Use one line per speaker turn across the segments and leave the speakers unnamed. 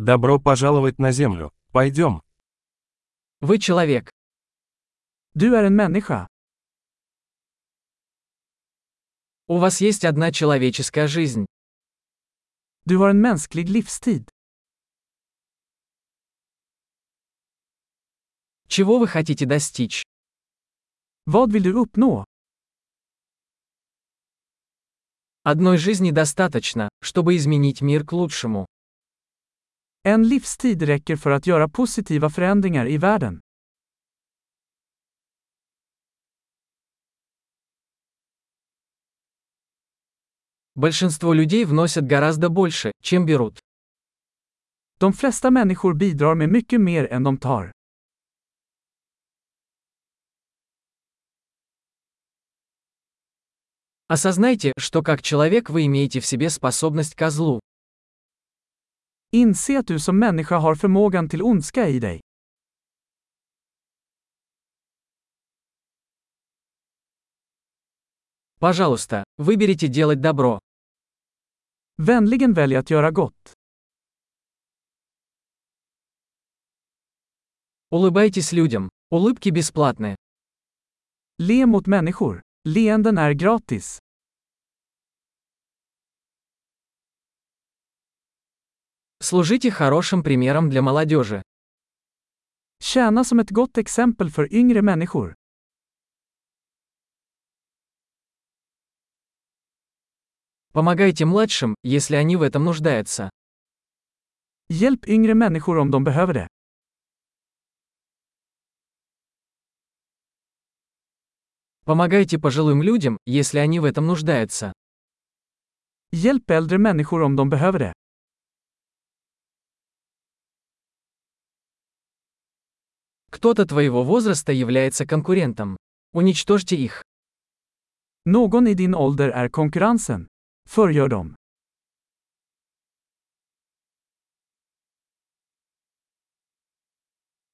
Добро пожаловать на Землю. Пойдем.
Вы человек. Du är en människa. У вас есть одна человеческая жизнь. Du har en mänsklig livstid. Чего вы хотите достичь? Vad vill du uppnå? Одной жизни достаточно, чтобы изменить мир к лучшему. En livstid räcker för att göra positiva förändringar i världen. Большинство людей вносят гораздо больше, чем берут. De flesta människor bidrar med mycket mer än de tar. Осознайте, что как человек вы имеете в себе способность ко злу. Inse att du som människa har förmågan till ondska i dig. Пожалуйста, выберите делать добро. Vänligen välj att göra gott. Улыбайтесь людям. Улыбки бесплатны. Le mot människor. Leenden är gratis. Служите хорошим примером для молодежи. Tjäna som ett gott exempel för yngre människor. Помогайте младшим, если они в этом нуждаются. Hjälp yngre människor om de behöver det. Помогайте пожилым людям, если они в этом нуждаются. Hjälp äldre människor om de behöver det. Кто-то твоего возраста является конкурентом. Уничтожьте их. Någon i din ålder är konkurrensen. Förgör dem.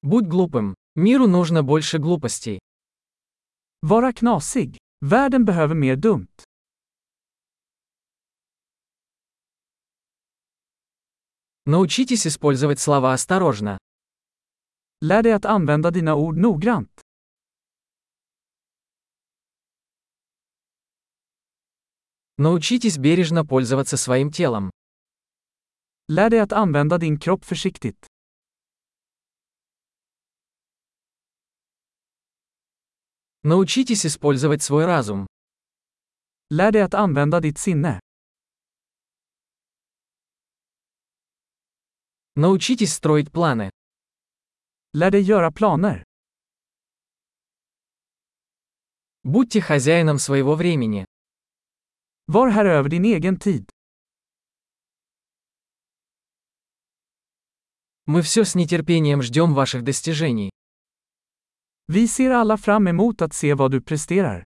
Будь глупым. Миру нужно больше глупостей. Vara knasig. Världen behöver mer dumt. Научитесь использовать слова осторожно. Lär dig att använda dina ord noggrant. Научитесь бережно пользоваться своим телом. Lär dig att använda din kropp försiktigt. Научитесь использовать свой разум. Lär dig att använda ditt sinne. Научитесь строить планы. Lär dig göra planer. Будьте хозяином своего времени. Var herre över din egen tid. Мы все с нетерпением ждем ваших достижений. Vi ser alla fram emot att se vad du presterar.